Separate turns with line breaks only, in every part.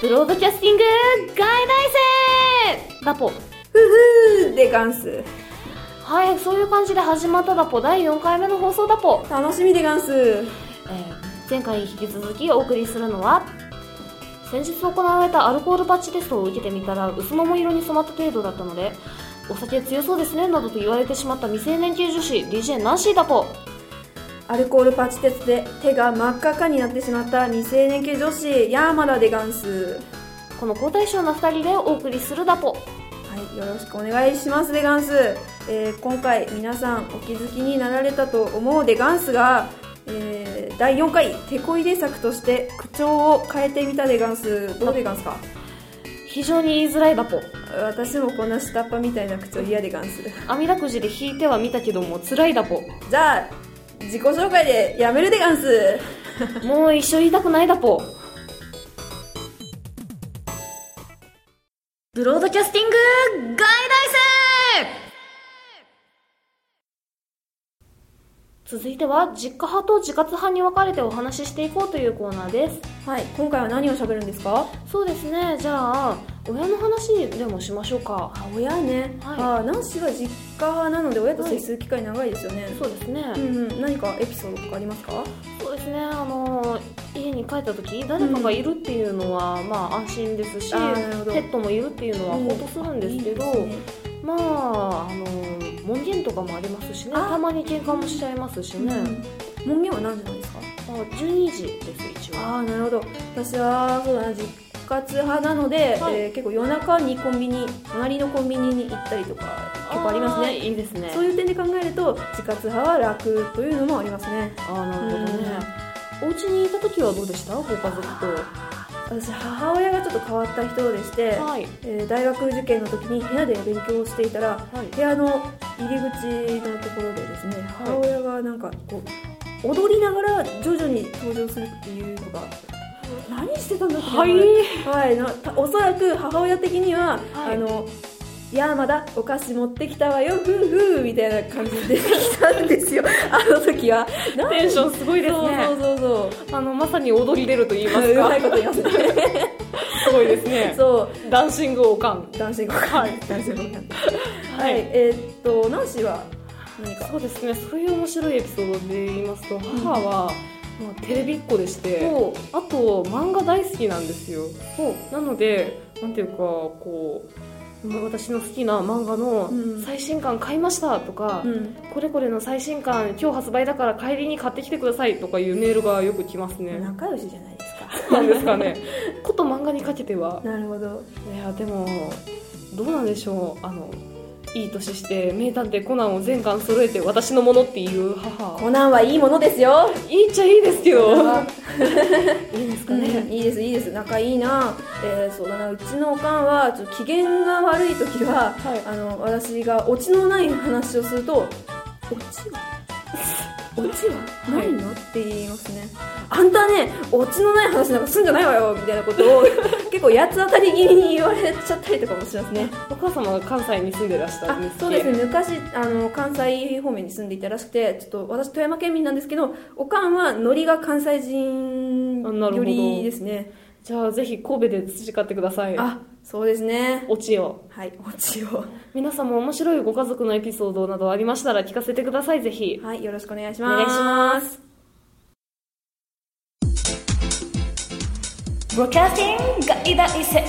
ブロードキャスティング外来生ダポ
ふふーでガンス
はいそういう感じで始まったダポ第4回目の放送ダポ、
楽しみでガンス
えー前回に引き続きお送りするのは先日行われたアルコールパッチテストを受けてみたら薄桃色に染まった程度だったのでお酒強そうですねなどと言われてしまった未成年系女子 DJ ナンシーダポ
アルコールパチテツで手が真っ赤っかになってしまった未成年系女子ヤーマダでガンス
この交代賞の2人でお送りするダポ
はい、よろしくお願いしますでガンス、えー今回皆さんお気づきになられたと思うでガンスが、えー第4回テこ入れ作として口調を変えてみたでガンスどうでガンスか
非常に言いづらいダポ
私もこんな下っ端みたいな口調嫌でガンス
あみだくじで引いては見たけども辛いダポ
じゃあ自己紹介でやめるでガンス
もう一生言いたくないだぽ。ブロードキャスティング外来生続いては実家派と自活派に分かれてお話ししていこうというコーナーです
はい今回は何を喋るんですか
そうですねじゃあ親の話でもしましょうか
あ親ね、
はい
あナンシーは実家派なので親と接する機会長いですよね、
そうですね、
うんうん、何かエピソードとかありますか
そうですねあの家に帰った時誰かがいるっていうのは、まあ安心ですしペ
あーなるほど
ットもいるっていうのはほっとするんですけど、
いいですね
まあ、あの門限とかもありますしね
あ
たまに喧嘩もしちゃいますしね、
うん、門限は何時なんですか
まあ、12時です一応
ああなるほど私はそうだな実活派なので、
はい
えー結構夜中にコンビニ隣のコンビニに行ったりとか結構あります
ー
ね
いいですね
そういう点で考えると自活派は楽というのもありますね
ああなるほどね、お家にいた時はどうでしたご家族と
私母親がちょっと変わった人でして、
はい
えー大学受験の時に部屋で勉強をしていたら
はい
部屋の入り口のところでですね母親がなんかこう踊りながら徐々に登場するっていうのが何してたんだっけな
はい
はい、なたおそらく母親的には、
はい
あの「いやーまだお菓子持ってきたわよふうふう」みたいな感じで出てきたんですよ あの時は
テンションすごいですね
そうそうそうそう
あのまさに踊り出ると言います
うま
か
いこと言いますね
すごいですね
そう
ダンシングおかん
男子ご
は
飯
い
男子ご飯
は
はいい、えーっとナンシーは何か
そうですねそういう面白いエピソードで言いますと母は、まあ、テレビっ子でして
ほ
あと漫画大好きなんですよ
ほ
なのでなんていうかこうまあ私の好きな漫画の
うん
最新刊買いましたとか、
うん
これこれの最新刊今日発売だから帰りに買ってきてくださいとかいうメールがよく来ますね
仲良しじゃないですか
なんですかねこと漫画にかけては
なるほど
いやでもどうなんでしょうあのいい年して名探偵コナンを全巻揃えて私のものっていう母
コナンはいいものですよ
いいっちゃいいですけどいいですか
うん
ね、
いいですいいです仲いいな、えーそうだなうちのおかんはちょっと機嫌が悪い時は、
はい
あの私がオチのない話をすると「オチはオチはないのって言いますね「あんたねオチのない話なんかすんじゃないわよ」みたいなことを結構八つ当たり気味に言われちゃったりとかもしますね
お母様が関西に住んでらした
あ
んですっけ
そうですね昔あの関西方面に住んでいたらしくてちょっと私富山県民なんですけどおかんはノリが関西人
あなるほど
よりですね
じゃあぜひ神戸で培ってください
あそうですね
オチを
はいオチを
皆さんも面白いご家族のエピソードなどありましたら聞かせてくださいぜひ
はいよろしくお願いし
お
ます
願いしますブロキャスティング外大生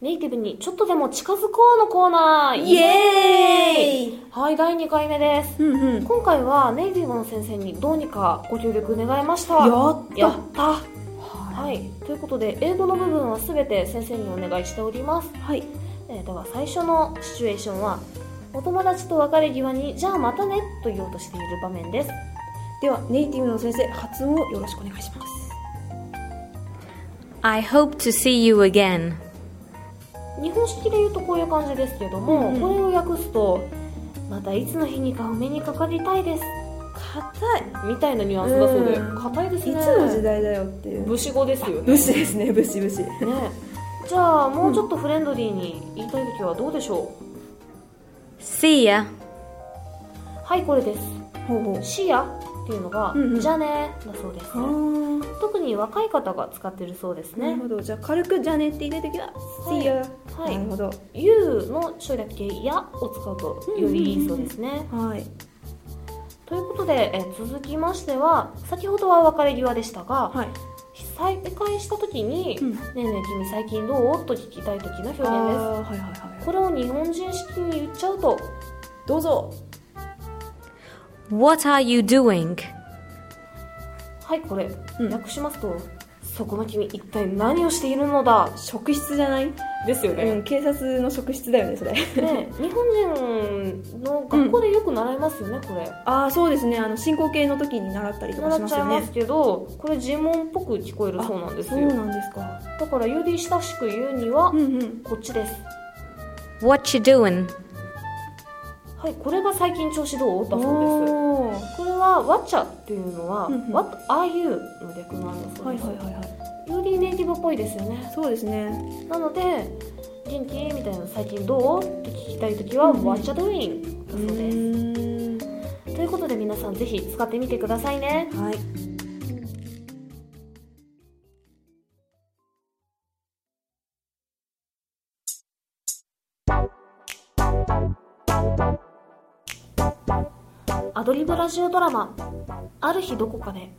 ネイティブにちょっとでも近づこうのコーナー
イエーイ
はい第2回目です
うんうんや
今回はネイティブの先生にどうにかご協力願いました
った
やったはい、ということで英語の部分は全て先生にお願いしております、
はい
えーでは最初のシチュエーションはお友達と別れ際に「じゃあまたね」と言おうとしている場面です
ではネイティブの先生発音をよろしくお願いします
I hope to see you again.
日本式で言うとこういう感じですけども、
うんうん
これを訳すと「またいつの日にかお目にかかりたいです
硬い」
みたいなニュアンスだそうで
うん
硬いです
い
ね
つの時代だよっていう
武士語ですよね
武士ですね武士武士
ねじゃあもうちょっとフレンドリーに言いたい時はどうでしょう、
See ya.
はいこれです
ほうほう
視野っていうのが、
うんうん
じゃねだそうです、ね、
あ
特に若い方が使ってるそうです
あ、な
ね
るほどじゃあ軽くじゃあねって入れてきた「
い
See ya」
はい
なるほど
U の省略形「や」を使うとよりいいそうですね、
はい
ということでえ続きましては先ほどは別れ際でしたが、
はい
再会した時に「
うん
ねえねえ君最近どう?」と聞きたい時の表
あ
現です
ーはいはいはい
これを日本人式に言っちゃうと
どうぞ
What are you doing?
はいこれ、
うん
訳しますと「そこの君一体何をしているのだ
職質じゃない、」
ですよ
うん、警察の職質だよねそれ
ね日本人の学校でよく習いますよね、これ
ああそうですねあの進行形の時に習ったりとか
習
しま
っ
す
ちゃい
よ
ま
ね
すけどこれ呪文っぽく聞こえる
あ
そうなんです
そう
よ
なんですか
だからより親しく言うには、
うんうん
こっちです
What you doing?
はいこれが最近調子どうだそうです
おー
これは「わちゃ」っていうのは「
うんうん
What are you?」の略なんですよ、
はいはいはいはい
よりネイティブっぽいですよね
そうですね
なので「元気?」みたいな「最近どう?」って聞きたい時は「
うんうん
What you doing?」だそう
う
です
ーん
ということで皆さんぜひ使ってみてくださいね
はい
アドリブラジオドラマ「ある日どこかで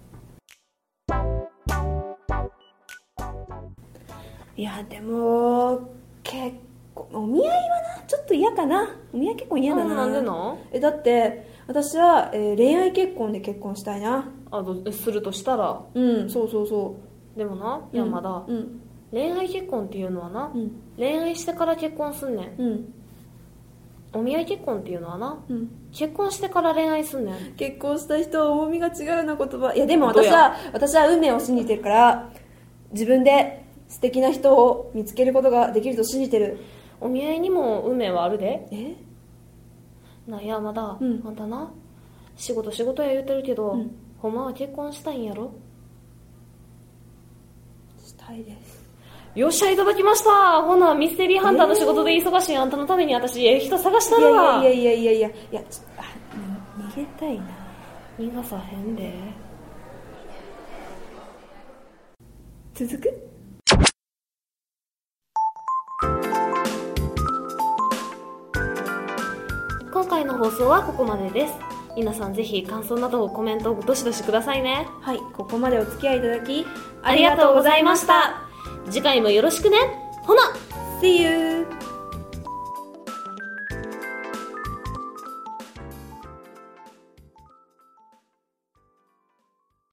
いやでも結構お見合いはなちょっと嫌かなお見合い結構」嫌だな
なんでの
えだって私は、えー恋愛結婚で結婚したいな
あどするとしたら
うんそうそうそ
でもな
う
いやまだ、
うん
恋愛結婚っていうのはな、
うん
恋愛してから結婚すんねん
うん、
お見合い結婚っていうのはな
うん、
結婚してから恋愛すんねん
結婚した人は重みが違うな言葉いやでも
どう
私
や
は私は運命を信じてるから自分で素敵な人を見つけることができると信じてる
お見合いにも運命はあるで
え
ないやまだ、
うん
あんたな仕事仕事や言うてるけど、
うん
ほんまは結婚したいんやろ
したいです
よっしゃいただきましたほなミステリーハンターの仕事で忙しいあんたのために私ええ人探した
い
る
や
わ
いやいやいやいやいやちょあに逃げたいな
逃がさへんで
続く
今回の放送はここまでです皆さんぜひ感想などをコメントをどしどしくださいね
はいここまでお付き合いいただき
ありがとうございました次回もよろしくねほな
See you!